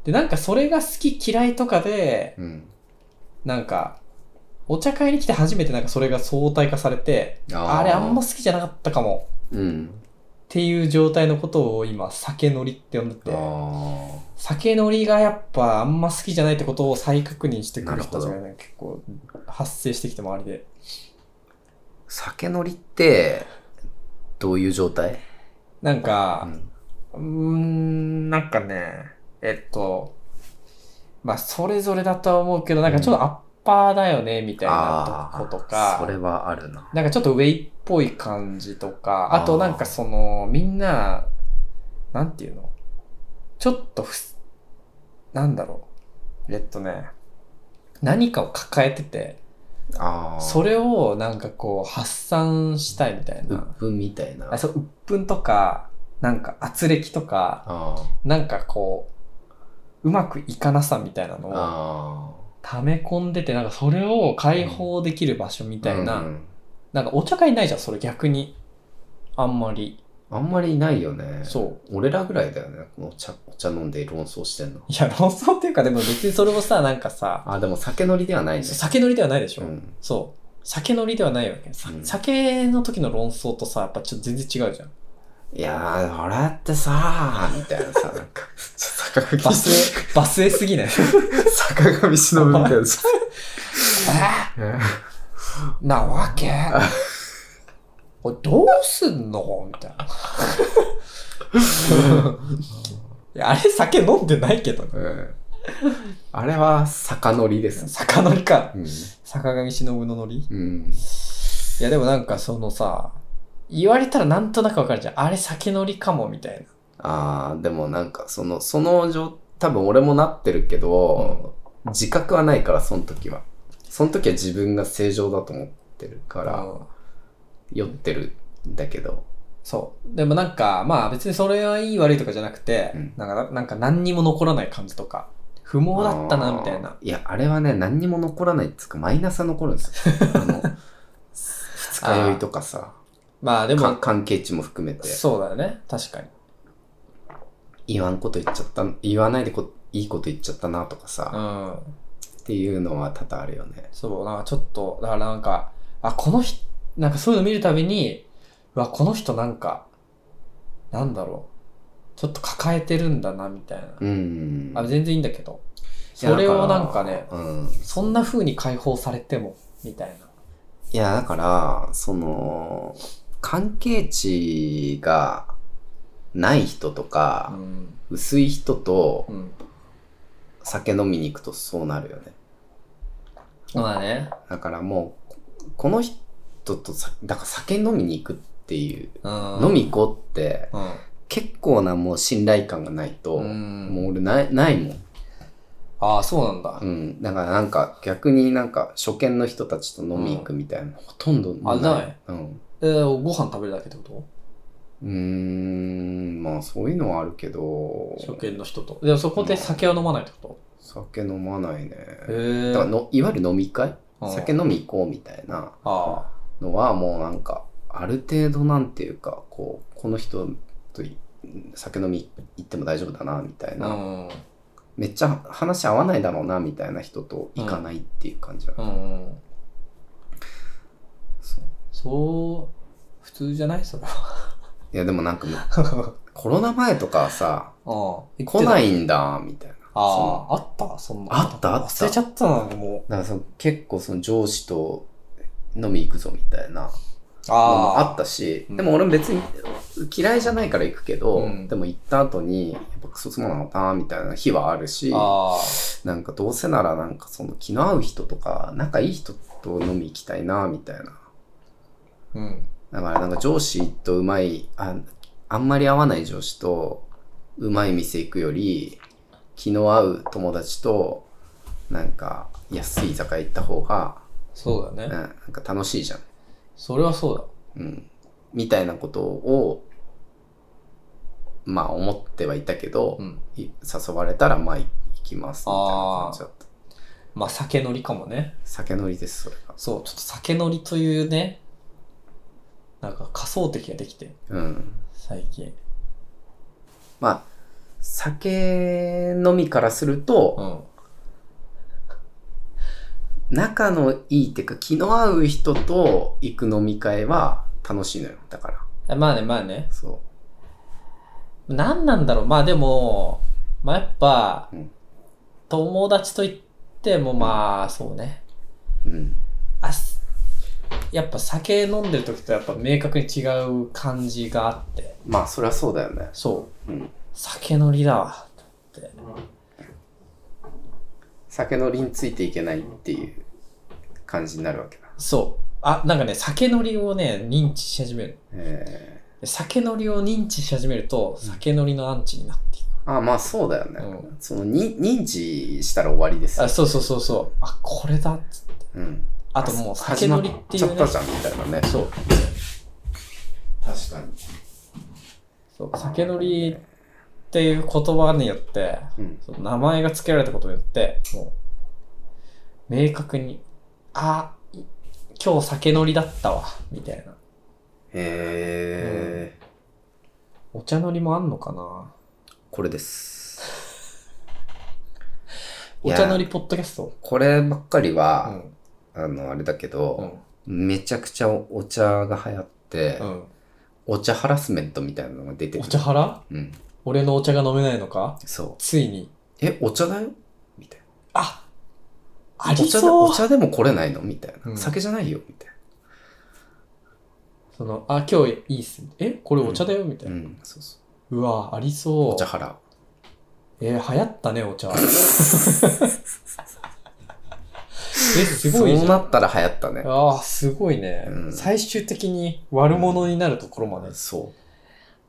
[SPEAKER 2] で、なんかそれが好き嫌いとかで、
[SPEAKER 3] うん。
[SPEAKER 2] なんか、お茶会に来て初めてなんかそれが相対化されて、
[SPEAKER 3] あ
[SPEAKER 2] あれあんま
[SPEAKER 3] ー
[SPEAKER 2] 好きじゃなかったかも
[SPEAKER 3] うん。
[SPEAKER 2] っていう状態のことを今、酒乗りって呼んで
[SPEAKER 3] あ
[SPEAKER 2] て、
[SPEAKER 3] ー
[SPEAKER 2] 酒乗りがやっぱあんま好きじゃないってことを再確認してくる人たちがね、結構発生してきて周りで。
[SPEAKER 3] 酒乗りって、どういう状態
[SPEAKER 2] なんか、
[SPEAKER 3] うん
[SPEAKER 2] うーん、なんかね、えっと、まあ、それぞれだとは思うけど、なんかちょっとアッパーだよね、みたいな
[SPEAKER 3] あ
[SPEAKER 2] と
[SPEAKER 3] ー
[SPEAKER 2] ことか、
[SPEAKER 3] それはあるな。
[SPEAKER 2] なんかちょっとウェイっぽい感じとか、あ
[SPEAKER 3] あ
[SPEAKER 2] と
[SPEAKER 3] ー
[SPEAKER 2] なんかその、みんな、なんていうのちょっとふす、なんだろう。えっとね、何かを抱えてて、
[SPEAKER 3] ああ。
[SPEAKER 2] それをなんかこう、発散したいみたいう
[SPEAKER 3] っ
[SPEAKER 2] な。
[SPEAKER 3] ぷんみたいな。
[SPEAKER 2] あそう、鬱憤とか、なんか圧力とか、
[SPEAKER 3] あ
[SPEAKER 2] なんかこう、うまくいかなさみたいなの
[SPEAKER 3] ー
[SPEAKER 2] を
[SPEAKER 3] あ
[SPEAKER 2] 溜め込んでて、なんかそれを解放できる場所み
[SPEAKER 3] ー。
[SPEAKER 2] たいな、
[SPEAKER 3] うん
[SPEAKER 2] なんかお茶会ないじゃん、それ逆に。あんまり。
[SPEAKER 3] あんまりいないよね。
[SPEAKER 2] そう。
[SPEAKER 3] 俺らぐらいだよね。このお茶、お茶飲んで論争してんの。
[SPEAKER 2] いや、論争っていうか、でも別にそれもさ、なんかさ、
[SPEAKER 3] あ、でも酒乗りではないね。
[SPEAKER 2] 酒乗りではないでしょ。
[SPEAKER 3] うん。
[SPEAKER 2] そう。酒乗りではないわけ。さ
[SPEAKER 3] うん
[SPEAKER 2] 酒の時の論争とさ、やっぱちょっと全然違うじゃん。
[SPEAKER 3] いやー、俺ってさー、みたいなさ、なんか、坂上
[SPEAKER 2] バス
[SPEAKER 3] [laughs]
[SPEAKER 2] へ、バスへすぎない。
[SPEAKER 3] 坂上忍みたい
[SPEAKER 2] [laughs]
[SPEAKER 3] なさ。
[SPEAKER 2] えーなわ
[SPEAKER 3] [laughs]
[SPEAKER 2] けおいどうすんのみたいな。 [laughs] いやあれ酒飲んでないけどね。
[SPEAKER 3] うんあれは坂乗りです。
[SPEAKER 2] 坂乗りか。
[SPEAKER 3] うん。
[SPEAKER 2] 坂上忍の乗りい
[SPEAKER 3] うん。
[SPEAKER 2] やでもなんかそのさ、言われたらなんとなくわかるじゃん。あれ酒乗りかもみたい
[SPEAKER 3] あー、でもなんか、その、その状、多分俺もなってるけど、自覚はないから、その時は。その時は自分が正常だと思ってるか
[SPEAKER 2] な。
[SPEAKER 3] ら、
[SPEAKER 2] うん
[SPEAKER 3] 酔ってるんだけど。
[SPEAKER 2] そう。でもなんか、まあ別にそれはいい悪いとかじゃなくて、
[SPEAKER 3] うん
[SPEAKER 2] なんかなんか何にも残らない感じとか、不毛だったなみたいな
[SPEAKER 3] あ。ー。いや、あれはね、何にも残らないっつうか、マイナスは残るんですよ。あの、 [laughs] 二日酔いとかさ、
[SPEAKER 2] まあで
[SPEAKER 3] か
[SPEAKER 2] も、
[SPEAKER 3] 関係値も含めて、
[SPEAKER 2] そうだよね。確かに。
[SPEAKER 3] 言わんこと言っちゃった、言わないでこいいこと言っちゃったなとか
[SPEAKER 2] う
[SPEAKER 3] さ、
[SPEAKER 2] ん。
[SPEAKER 3] っていうのは多々あるよね。
[SPEAKER 2] そう、なんかちょっと、だからなんか、あ、この人、なんかそういうの見るたびに、うわ、この人なんか、なんだろう、ちょっと抱えてるんだな、みたいな。
[SPEAKER 3] うん。
[SPEAKER 2] あ、全然いいんだけど。
[SPEAKER 3] いや
[SPEAKER 2] それを
[SPEAKER 3] だ
[SPEAKER 2] なんかね、
[SPEAKER 3] うん。
[SPEAKER 2] そんな風に解放されても、みたいな。
[SPEAKER 3] いや、だから、その、関係値がない人とか、
[SPEAKER 2] うん。
[SPEAKER 3] 薄い人と
[SPEAKER 2] うん。
[SPEAKER 3] 酒飲みに行くとそうなるよね。
[SPEAKER 2] そうだね。
[SPEAKER 3] だからもう、ここの人とさ、だから酒飲みに行くっていう、
[SPEAKER 2] うん。
[SPEAKER 3] 飲み行こうって、
[SPEAKER 2] うん。
[SPEAKER 3] 結構なもう信頼感がないと、
[SPEAKER 2] うん
[SPEAKER 3] もう俺ない、ないもん。
[SPEAKER 2] ああ、そうなんだ
[SPEAKER 3] う。ん。だからなんか逆になんか初見の人たちと飲み行くみたいな、ほとんど
[SPEAKER 2] あない。
[SPEAKER 3] うん。
[SPEAKER 2] えーご飯食べるだけってこと
[SPEAKER 3] うーん、まあそういうのはあるけど、
[SPEAKER 2] 初見の人と。でもそこで酒を飲まないってこ
[SPEAKER 3] 酒飲まないね。
[SPEAKER 2] とへ
[SPEAKER 3] だ
[SPEAKER 2] え
[SPEAKER 3] からのいわゆる飲み会
[SPEAKER 2] うん
[SPEAKER 3] 酒飲み行こうみたいな
[SPEAKER 2] あ
[SPEAKER 3] のはもうなんか、ある程度なんていうか、こう、この人とい酒飲み行っても大丈夫だな、みたい
[SPEAKER 2] あ。う
[SPEAKER 3] な。
[SPEAKER 2] ん。
[SPEAKER 3] めっちゃ話合わないだろうな、みたいな人と行かないっていう感じは。
[SPEAKER 2] うんうん。
[SPEAKER 3] そう
[SPEAKER 2] そう、普通じゃない
[SPEAKER 3] [laughs]
[SPEAKER 2] それは。
[SPEAKER 3] いや、でもなんかもう、コロナ前とかはさ、
[SPEAKER 2] ああ。
[SPEAKER 3] 来ないいんだ、みたいな。その
[SPEAKER 2] ああ、あったそんな。
[SPEAKER 3] あったあった
[SPEAKER 2] 忘れちゃったな、もう。
[SPEAKER 3] だからその結構その上司と飲み行くぞみたいなのも
[SPEAKER 2] あ
[SPEAKER 3] あったし、
[SPEAKER 2] うん
[SPEAKER 3] でも俺も別に嫌いじゃないから行くけど、
[SPEAKER 2] うん
[SPEAKER 3] でも行った後に、やっぱクソつまんなかったなみたいな日はあるし、
[SPEAKER 2] あ
[SPEAKER 3] なんかどうせならなんかその気の合う人とか、仲いい人と飲み行きたいなみたいな。
[SPEAKER 2] ーうん
[SPEAKER 3] だからなんか上司とうまい、ああんまり合わない上司とうまい店行くより、気の合う友達と、なんか安い居酒屋行った方が、
[SPEAKER 2] そうだ
[SPEAKER 3] うん
[SPEAKER 2] ね
[SPEAKER 3] なんか楽しいじゃん。
[SPEAKER 2] それはそうだ
[SPEAKER 3] うん、みたいなことを、まあ思ってはいたけど、
[SPEAKER 2] うん
[SPEAKER 3] い誘われたらまあい行きますみたいな感じだった。
[SPEAKER 2] まあ酒乗りかもね
[SPEAKER 3] 酒乗りです、それが。
[SPEAKER 2] そうちょっと酒乗りというねなんか仮想的ができて
[SPEAKER 3] うん。
[SPEAKER 2] 最近
[SPEAKER 3] まあ、酒飲みからすると、
[SPEAKER 2] ん
[SPEAKER 3] 仲のいいっていうか気の合う人と行く飲み会は楽しいのよ。だから。
[SPEAKER 2] あまあねまあね
[SPEAKER 3] そ
[SPEAKER 2] 何なんだろうまあでもまあやっぱ、
[SPEAKER 3] うん
[SPEAKER 2] 友達と言ってもまあそうね
[SPEAKER 3] う。うん。
[SPEAKER 2] あすやっぱ酒飲んでる時とやっぱ明確に違う感じがあって
[SPEAKER 3] まあ、そりゃそうだよね。
[SPEAKER 2] そう
[SPEAKER 3] うん。
[SPEAKER 2] 酒乗りだわと思って
[SPEAKER 3] 酒乗りについていけないっていう感じになるわけだ。
[SPEAKER 2] そうあなんかね酒乗りをね認知し始める
[SPEAKER 3] え
[SPEAKER 2] で酒乗りを認知し始めると
[SPEAKER 3] うん
[SPEAKER 2] 酒乗りのアンチになっていく、
[SPEAKER 3] ーあ、まあそうだよね。
[SPEAKER 2] う
[SPEAKER 3] そのに認知したら終わりですよ
[SPEAKER 2] あそうそうそうそうあこれだっつって
[SPEAKER 3] うん。
[SPEAKER 2] あともう酒乗りってい
[SPEAKER 3] 始
[SPEAKER 2] うね
[SPEAKER 3] まっちゃったじゃんみたいなね。
[SPEAKER 2] そう
[SPEAKER 4] 確かに。
[SPEAKER 2] そう酒乗りっていう言葉によって
[SPEAKER 3] うん。
[SPEAKER 2] その名前が付けられたことによってもう明確に「あい今日酒乗りだったわ」みたいな
[SPEAKER 3] へえ、
[SPEAKER 2] お茶乗りもあんのかな
[SPEAKER 3] これです。い
[SPEAKER 2] お
[SPEAKER 3] や
[SPEAKER 2] 茶乗りポッドキャスト
[SPEAKER 3] こればっかり
[SPEAKER 2] う
[SPEAKER 3] は、
[SPEAKER 2] ん
[SPEAKER 3] あの、あれだけ
[SPEAKER 2] う
[SPEAKER 3] ど、
[SPEAKER 2] ん
[SPEAKER 3] めちゃくちゃお茶が流行って、
[SPEAKER 2] うん
[SPEAKER 3] お茶ハラスメントみたいなのが出て
[SPEAKER 2] お
[SPEAKER 3] る。
[SPEAKER 2] 茶腹
[SPEAKER 3] うん。
[SPEAKER 2] 俺のお茶が飲めないのか
[SPEAKER 3] そう。
[SPEAKER 2] ついに
[SPEAKER 3] え、お茶だよみたいな。
[SPEAKER 2] ああり
[SPEAKER 3] お茶で
[SPEAKER 2] そう
[SPEAKER 3] お茶でも来れないのみたいな、
[SPEAKER 2] うん
[SPEAKER 3] 酒じゃないよみたい
[SPEAKER 2] その、あ、今日いいっす。え、これお茶だよみたい
[SPEAKER 3] な。う
[SPEAKER 2] な。
[SPEAKER 3] ん。そうそう。
[SPEAKER 2] うわ、あり
[SPEAKER 3] お
[SPEAKER 2] そ
[SPEAKER 3] 茶
[SPEAKER 2] う。
[SPEAKER 3] ハラ。
[SPEAKER 2] えー流行ったね、お茶。 [laughs] え、すごい
[SPEAKER 3] そ
[SPEAKER 2] じ
[SPEAKER 3] う
[SPEAKER 2] ゃ。
[SPEAKER 3] なんったら流行ったね。
[SPEAKER 2] ああ、すごいね、
[SPEAKER 3] うん
[SPEAKER 2] 最終的に悪者になるところまで。
[SPEAKER 3] そう。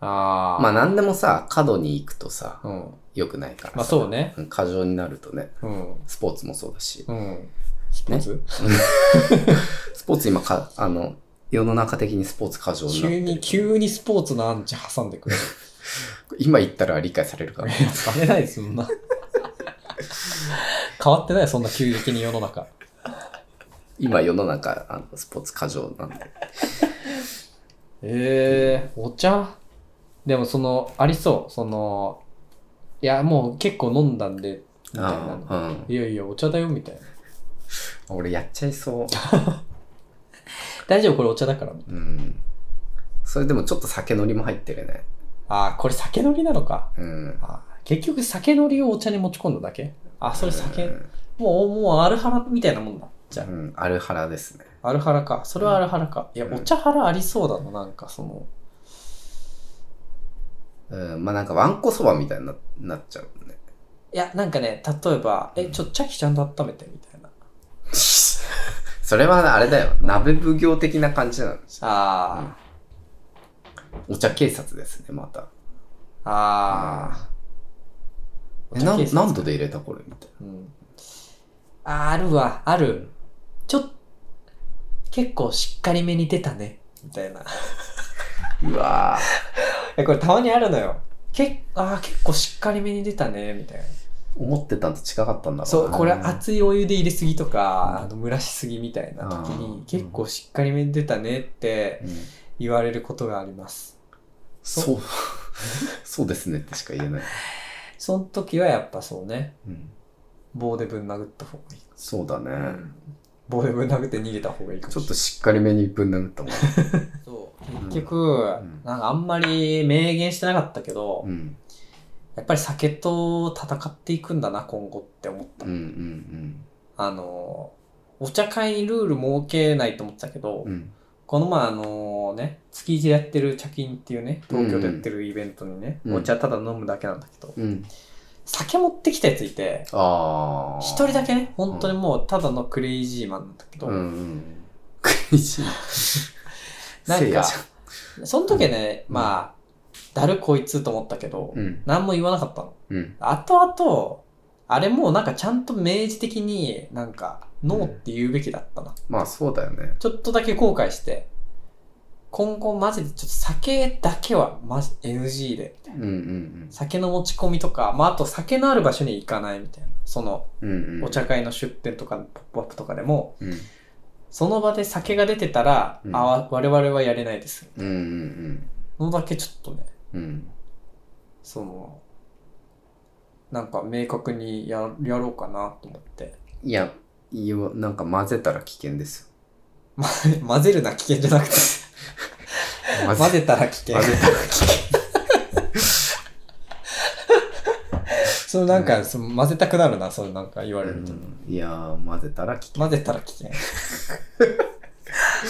[SPEAKER 2] ああ。
[SPEAKER 3] まあ何でもさ、過度に行くとさ、
[SPEAKER 2] うん。
[SPEAKER 3] 良くないからさ。
[SPEAKER 2] まあそうね。
[SPEAKER 3] うん過剰になるとね、
[SPEAKER 2] うん。
[SPEAKER 3] スポーツもそう
[SPEAKER 2] [laughs]
[SPEAKER 3] だし、
[SPEAKER 2] うん。スポーツ、
[SPEAKER 3] スポーツ今か、あの、世の中的にスポーツ過剰になっ
[SPEAKER 2] 急
[SPEAKER 3] てる
[SPEAKER 2] に、急にスポーツのアンチ挟んでくる。
[SPEAKER 3] 今言ったら理解される [laughs] から。
[SPEAKER 2] されないです、そんな。変わってない、そんな急激に世の中。
[SPEAKER 3] 今世の中、あのスポーツ過剰なんで。
[SPEAKER 2] えー、お茶でもその、ありそう。その、いや、もう結構飲んだんで、みたいな
[SPEAKER 3] あ。あうん。
[SPEAKER 2] いやいや、お茶だよ、みたいな。
[SPEAKER 3] 俺やっちゃいそ
[SPEAKER 2] 大丈夫、これお茶だから。
[SPEAKER 3] う。うん。それでもちょっと酒乗りも入ってるね。
[SPEAKER 2] あー、これ酒乗りなのか。
[SPEAKER 3] うん。
[SPEAKER 2] あー結局酒乗りをお茶に持ち込んだだけあ、それ酒、
[SPEAKER 3] うん
[SPEAKER 2] もう、もうアルハラみたいなもんだ。じゃ
[SPEAKER 3] うん。アルハラですね。
[SPEAKER 2] あ、アルハラか。それはアルハラか。いや、
[SPEAKER 3] うん
[SPEAKER 2] お茶ハラありそうだな、なんかその。
[SPEAKER 3] うん。まあなんかわんこそばみたいにななっちゃうね。
[SPEAKER 2] いや、なんかね、例えば、え、ちょっと茶器ちゃんと温めて、みたいな。
[SPEAKER 3] それはあれだよ。鍋奉行的な感じなの。
[SPEAKER 2] あ
[SPEAKER 3] お茶警察ですね、また。
[SPEAKER 2] ー、あー。
[SPEAKER 3] え、な
[SPEAKER 2] お茶ケー
[SPEAKER 3] ん
[SPEAKER 2] ス
[SPEAKER 3] 何度で入れたこれみたい
[SPEAKER 2] うん、ああるわあるちょっ結構しっかりめに出たねみたい [laughs] ない
[SPEAKER 3] な。うわぁ。
[SPEAKER 2] やこれたまにあるのよけああ結構しっかりめに出たねみたいな
[SPEAKER 3] 思ってたんと違かったんだろうな
[SPEAKER 2] そうこれ
[SPEAKER 3] あ
[SPEAKER 2] 熱いお湯で入れすぎと
[SPEAKER 3] う
[SPEAKER 2] か
[SPEAKER 3] ん
[SPEAKER 2] あの蒸らしすぎみたいな時
[SPEAKER 3] あ
[SPEAKER 2] に
[SPEAKER 3] ー
[SPEAKER 2] 結構しっかりめに出たねって
[SPEAKER 3] うん
[SPEAKER 2] 言われることがあります
[SPEAKER 3] そう [laughs] そうですねってしか言えない、
[SPEAKER 2] その時はやっぱそうね
[SPEAKER 3] うん、
[SPEAKER 2] 棒でぶん殴った方がいい、
[SPEAKER 3] そうだね、
[SPEAKER 2] 棒でぶん殴って逃げた方がいいかもし
[SPEAKER 3] ち
[SPEAKER 2] れな
[SPEAKER 3] ょっ
[SPEAKER 2] い
[SPEAKER 3] としっかりめにぶん殴ったもん、
[SPEAKER 2] そう
[SPEAKER 3] うん
[SPEAKER 2] 結局、
[SPEAKER 3] ん
[SPEAKER 2] なんかあんまり明言してなかったけど、
[SPEAKER 3] うん、
[SPEAKER 2] やっぱり酒と戦っていくんだな今後って思った、
[SPEAKER 3] うんうん
[SPEAKER 2] あのお茶会にルール設けないと思ってたけど、
[SPEAKER 3] うんうん
[SPEAKER 2] この前あのね、月一でやってる茶金っていうね、東京でやってるイベントにね、
[SPEAKER 3] うん
[SPEAKER 2] お茶ただ飲むだけなんだけど、
[SPEAKER 3] うん。
[SPEAKER 2] 酒持ってきたやついて、
[SPEAKER 3] ああ。
[SPEAKER 2] 一人だけね、本当にもうただのクレイジーマンなんだけど、
[SPEAKER 3] うんうん。クレイジー。
[SPEAKER 2] なんか
[SPEAKER 3] せいやじゃ
[SPEAKER 2] その時はね、
[SPEAKER 3] うん
[SPEAKER 2] まあ、だるこいつと思ったけど、
[SPEAKER 3] ん。うん。
[SPEAKER 2] 何も言わなかったの。
[SPEAKER 3] うん。
[SPEAKER 2] 後々、あれもうなんかちゃんと明示的になんか、ノーって言うべきだったな。
[SPEAKER 3] まあそうだよね。
[SPEAKER 2] ちょっとだけ後悔して、今後マジでちょっと酒だけはマジ NG で、みたい
[SPEAKER 3] うん
[SPEAKER 2] な。
[SPEAKER 3] うん
[SPEAKER 2] 酒の持ち込みとか、まああと酒のある場所に行かないみたいな。その、
[SPEAKER 3] うん。うんうん。
[SPEAKER 2] お茶会の出店とか、ポップアップとかでも、
[SPEAKER 3] うん。
[SPEAKER 2] その場で酒が出てたら、
[SPEAKER 3] うん
[SPEAKER 2] あわ我々はやれないです。
[SPEAKER 3] うんうん
[SPEAKER 2] のだけちょっとね、
[SPEAKER 3] うん。うん。
[SPEAKER 2] その、なんか明確にややろうかなと思って。 [laughs]
[SPEAKER 3] いや、いやなんか混ぜたら危険です
[SPEAKER 2] ま混ぜるな危険じゃなくて、
[SPEAKER 3] よ。
[SPEAKER 2] 混ぜたら危険
[SPEAKER 3] 混。ぜたら危険。
[SPEAKER 2] [laughs] そのなんか、その混ぜたくなるな、そうなんか言われると。
[SPEAKER 3] うんいやー混ぜたら危険。
[SPEAKER 2] 混ぜたら危険。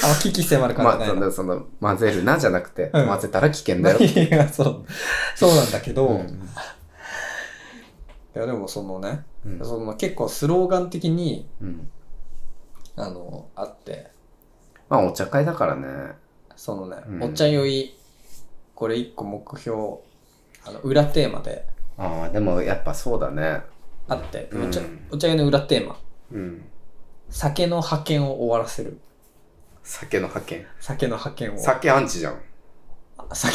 [SPEAKER 2] あ、危機迫る
[SPEAKER 3] ま
[SPEAKER 2] 感
[SPEAKER 3] あ、
[SPEAKER 2] じ
[SPEAKER 3] そ
[SPEAKER 2] ないな。
[SPEAKER 3] の、その、混ぜるなじゃなくて、
[SPEAKER 2] うん
[SPEAKER 3] 混ぜたら危険だよ。
[SPEAKER 2] いや、そう、そうなんだけど、
[SPEAKER 3] うん
[SPEAKER 2] いや、でもそのね、
[SPEAKER 3] うん
[SPEAKER 2] その結構スローガン的に、
[SPEAKER 3] うん
[SPEAKER 2] あの、あって、
[SPEAKER 3] まあ、お茶会だからね。
[SPEAKER 2] そのね、
[SPEAKER 3] うん
[SPEAKER 2] お茶酔い、これ一個目標、あの、裏テーマで
[SPEAKER 3] ああ、でもやっぱそうだね。
[SPEAKER 2] あって、
[SPEAKER 3] うん
[SPEAKER 2] お茶、お茶酔いの裏テーマ、
[SPEAKER 3] うん。
[SPEAKER 2] 酒の派遣を終わらせる。
[SPEAKER 3] 酒の派遣。
[SPEAKER 2] 酒の派遣を。
[SPEAKER 3] 酒アンチじゃん。
[SPEAKER 2] あ酒、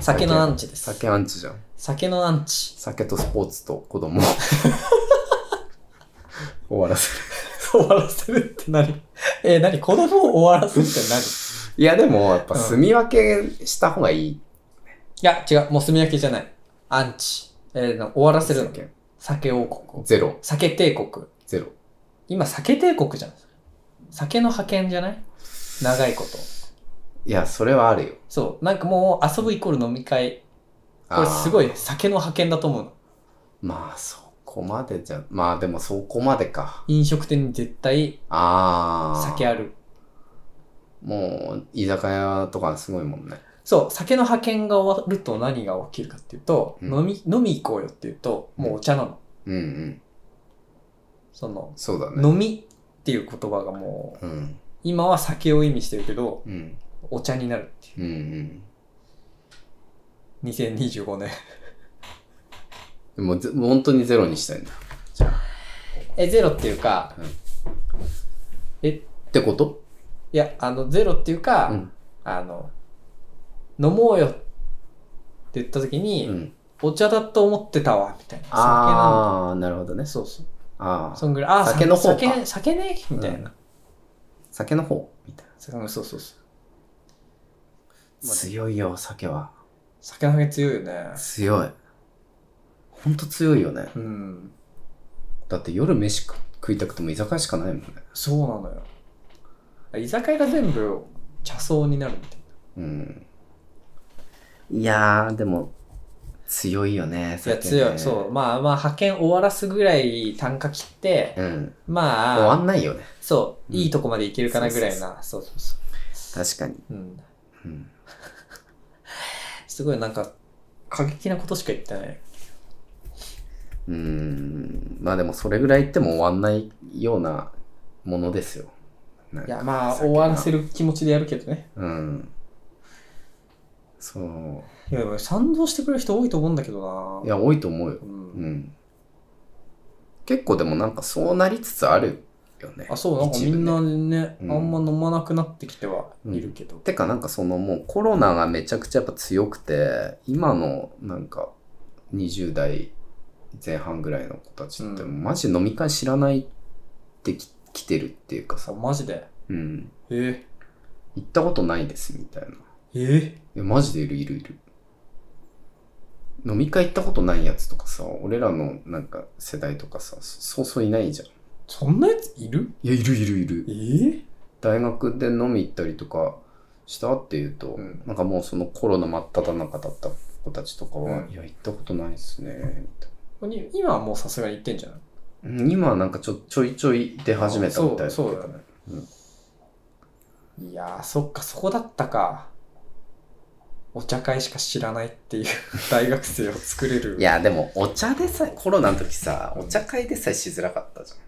[SPEAKER 2] 酒のアンチです。
[SPEAKER 3] 酒アンチじゃん。
[SPEAKER 2] 酒のアン
[SPEAKER 3] [laughs]
[SPEAKER 2] チ。
[SPEAKER 3] 酒とスポーツと
[SPEAKER 2] [laughs]
[SPEAKER 3] 子供。終わらせる。
[SPEAKER 2] 終わらせるって何えー、何子供を終わらせるって何
[SPEAKER 3] いや、でも、やっぱ、住み分けした方がいい。
[SPEAKER 2] いや、違う。もう炭焼きじゃない。アンチ。えー、な終わらせるの。
[SPEAKER 3] 酒
[SPEAKER 2] 酒王国。
[SPEAKER 3] ゼロ、
[SPEAKER 2] 酒帝国。
[SPEAKER 3] ゼロ。
[SPEAKER 2] 今、酒帝国じゃん。酒の派遣じゃない長いこと。
[SPEAKER 3] いや、それはあるよ。
[SPEAKER 2] そう。なんかもう、遊ぶイコール飲み会。これすご
[SPEAKER 3] い。
[SPEAKER 2] い、酒の派遣だと思うの。
[SPEAKER 3] まあ、そこまでじゃん。まあ、でも、そこまでか。
[SPEAKER 2] 飲食店に絶対
[SPEAKER 3] ああ。
[SPEAKER 2] 酒ある。
[SPEAKER 3] もう、居酒屋とかすごいもんね。
[SPEAKER 2] そう、酒の派遣が終わると何が起きるかっていうと、
[SPEAKER 3] うん
[SPEAKER 2] 飲み、飲み行こうよっていうと、もうお茶なの。
[SPEAKER 3] うんうん。
[SPEAKER 2] その、
[SPEAKER 3] そうだね。
[SPEAKER 2] 飲みっていう言葉がもう、
[SPEAKER 3] うん。
[SPEAKER 2] 今は酒を意味してるけど、
[SPEAKER 3] うん。
[SPEAKER 2] お茶になるっていう。
[SPEAKER 3] うんうん。
[SPEAKER 2] 2025年。
[SPEAKER 3] でも、ぜ本当にゼロにしたいんだ。じゃあ。
[SPEAKER 2] え、ゼロっていうか、
[SPEAKER 3] うん
[SPEAKER 2] え、
[SPEAKER 3] ってこと
[SPEAKER 2] いや、あの、ゼロっていうか、
[SPEAKER 3] うん。
[SPEAKER 2] あの、飲もうよって言った時に、
[SPEAKER 3] うん。
[SPEAKER 2] お茶だと思ってたわ、みたいな。酒なんだ。
[SPEAKER 3] ああ、なるほどね。
[SPEAKER 2] そうそう。
[SPEAKER 3] あ
[SPEAKER 2] そ
[SPEAKER 3] あ。
[SPEAKER 2] んぐらい。あー、
[SPEAKER 3] 酒の方か
[SPEAKER 2] 酒、酒ね、みたいな。
[SPEAKER 3] 酒の方みたい
[SPEAKER 2] そうそうそうそう。
[SPEAKER 3] な。強いよ、酒は。
[SPEAKER 2] 酒の酒強いよね。
[SPEAKER 3] 強い。ほんと強いよね。
[SPEAKER 2] うん。
[SPEAKER 3] だって夜飯食食いたくても居酒屋しかないもんね。
[SPEAKER 2] そうなのよ。居酒屋が全部茶層になるみたい
[SPEAKER 3] うん。いやー、でも、強いよね、
[SPEAKER 2] な。いや、強い。そう。まあまあ、派遣終わらすぐらい単価切って、
[SPEAKER 3] う。うん。
[SPEAKER 2] まあ、
[SPEAKER 3] 終わんないよね。
[SPEAKER 2] そう、
[SPEAKER 3] うん
[SPEAKER 2] いいとこまでいけるかなぐらいな。そうそうそ
[SPEAKER 3] 確かに。
[SPEAKER 2] う。うん。
[SPEAKER 3] うん。
[SPEAKER 2] すごいなんか、過激なことしか言ってない。
[SPEAKER 3] うーんまあでもそれぐらい言っても終わんないようなものですよ。なん
[SPEAKER 2] い
[SPEAKER 3] か
[SPEAKER 2] や、まあ、終わらせる気持ちでやるけどね。
[SPEAKER 3] うん。そ
[SPEAKER 2] いや、でも賛同してくれる人多いと思うんだけど
[SPEAKER 3] う。い
[SPEAKER 2] な。
[SPEAKER 3] や、多いと思うよ
[SPEAKER 2] う。。
[SPEAKER 3] うんん。結構でもなんかそうなりつつあるよね。
[SPEAKER 2] あ、そう、なんかみんな
[SPEAKER 3] 一部ね
[SPEAKER 2] ね、
[SPEAKER 3] うん
[SPEAKER 2] あんま飲まなくなってきてはいるけど。
[SPEAKER 3] てかなんかそのもうコロナがめちゃくちゃやっぱ強くて、今のなんか20代前半ぐらいの子たちって
[SPEAKER 2] うん
[SPEAKER 3] マジ飲み会知らないってき来てるっていうか
[SPEAKER 2] さ、
[SPEAKER 3] さ、
[SPEAKER 2] マジで。
[SPEAKER 3] うん。
[SPEAKER 2] え
[SPEAKER 3] 行ったことないですみたいな。
[SPEAKER 2] ー、え
[SPEAKER 3] え、マジでいるいるいる。飲み会行ったことないやつとかさ、俺らのなんか世代とかさ、そそうそういないじゃん。
[SPEAKER 2] そんなやついる
[SPEAKER 3] いや、いるいるいる
[SPEAKER 2] え。ー、
[SPEAKER 3] 大学で飲み行ったりとかしたっていうと、
[SPEAKER 2] うん
[SPEAKER 3] なんかもうそのコロナ真っ只中だった子たちとかは、
[SPEAKER 2] うん
[SPEAKER 3] いや、行ったことないですね、みたい
[SPEAKER 2] ここに今はもうさすがに言ってんじゃない
[SPEAKER 3] な。うん今はなんかちょちょいちょい出始めたみたいだけど
[SPEAKER 2] そうそうだね。いやー、そっか、そこだったか。お茶会しか知らないって [laughs] いう大学生を作れる。
[SPEAKER 3] いや、でもお茶でさえ、コロナの時さ、お茶会でさえしづらかったじゃん。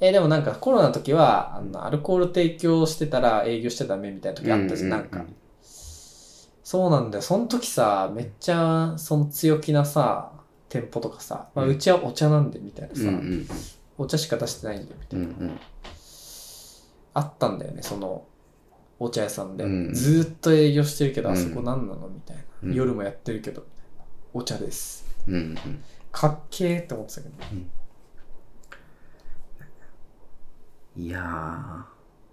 [SPEAKER 2] えーでもなんかコロナの時は、あの、アルコール提供してたら営業してためみたいな時あったじゃん、
[SPEAKER 3] う
[SPEAKER 2] なん
[SPEAKER 3] うん
[SPEAKER 2] ん
[SPEAKER 3] うん
[SPEAKER 2] か。そうなんだよ。その時さ、めっちゃ、その強気なさ、店舗とかさ、まあ、
[SPEAKER 3] うん
[SPEAKER 2] うちはお茶なんで、みたいなさ、
[SPEAKER 3] うん
[SPEAKER 2] お茶しか出してないんで、み
[SPEAKER 3] う
[SPEAKER 2] たい
[SPEAKER 3] ん
[SPEAKER 2] な。
[SPEAKER 3] うん
[SPEAKER 2] あったんだよね、その、お茶屋さんで。
[SPEAKER 3] うん
[SPEAKER 2] ずーっと営業してるけど、
[SPEAKER 3] うん
[SPEAKER 2] あそこ何なのみたいな、
[SPEAKER 3] うん
[SPEAKER 2] 夜もやってるけど、みたいな。お茶です。
[SPEAKER 3] うんうんうん
[SPEAKER 2] かっけーって思ってたけど。
[SPEAKER 3] いやー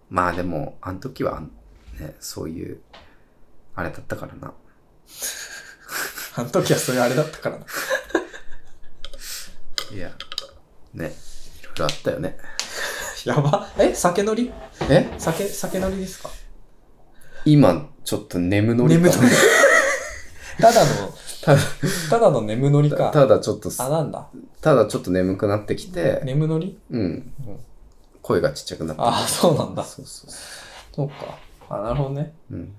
[SPEAKER 3] まあでもあの時はねそういうあれだったからな
[SPEAKER 2] あの時はそれあれだったからな。
[SPEAKER 3] いやねいろいろあったよね
[SPEAKER 2] やば。え酒のり
[SPEAKER 3] え
[SPEAKER 2] 酒、酒のりですか
[SPEAKER 3] 今ちょっと眠のり
[SPEAKER 2] 眠のりただの、
[SPEAKER 3] ただ
[SPEAKER 2] ただの眠のり
[SPEAKER 3] た
[SPEAKER 2] か。
[SPEAKER 3] ただちょっとす
[SPEAKER 2] あ、なんだ。
[SPEAKER 3] ただちょっと眠くなってきて、
[SPEAKER 2] 眠のり
[SPEAKER 3] うん
[SPEAKER 2] うん
[SPEAKER 3] 声がちっちゃくなって
[SPEAKER 2] ああ、そうなんだ。
[SPEAKER 3] そうそうそ
[SPEAKER 2] そうか。あ、なるほどね。
[SPEAKER 3] う、うん、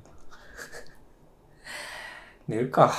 [SPEAKER 2] 寝るか。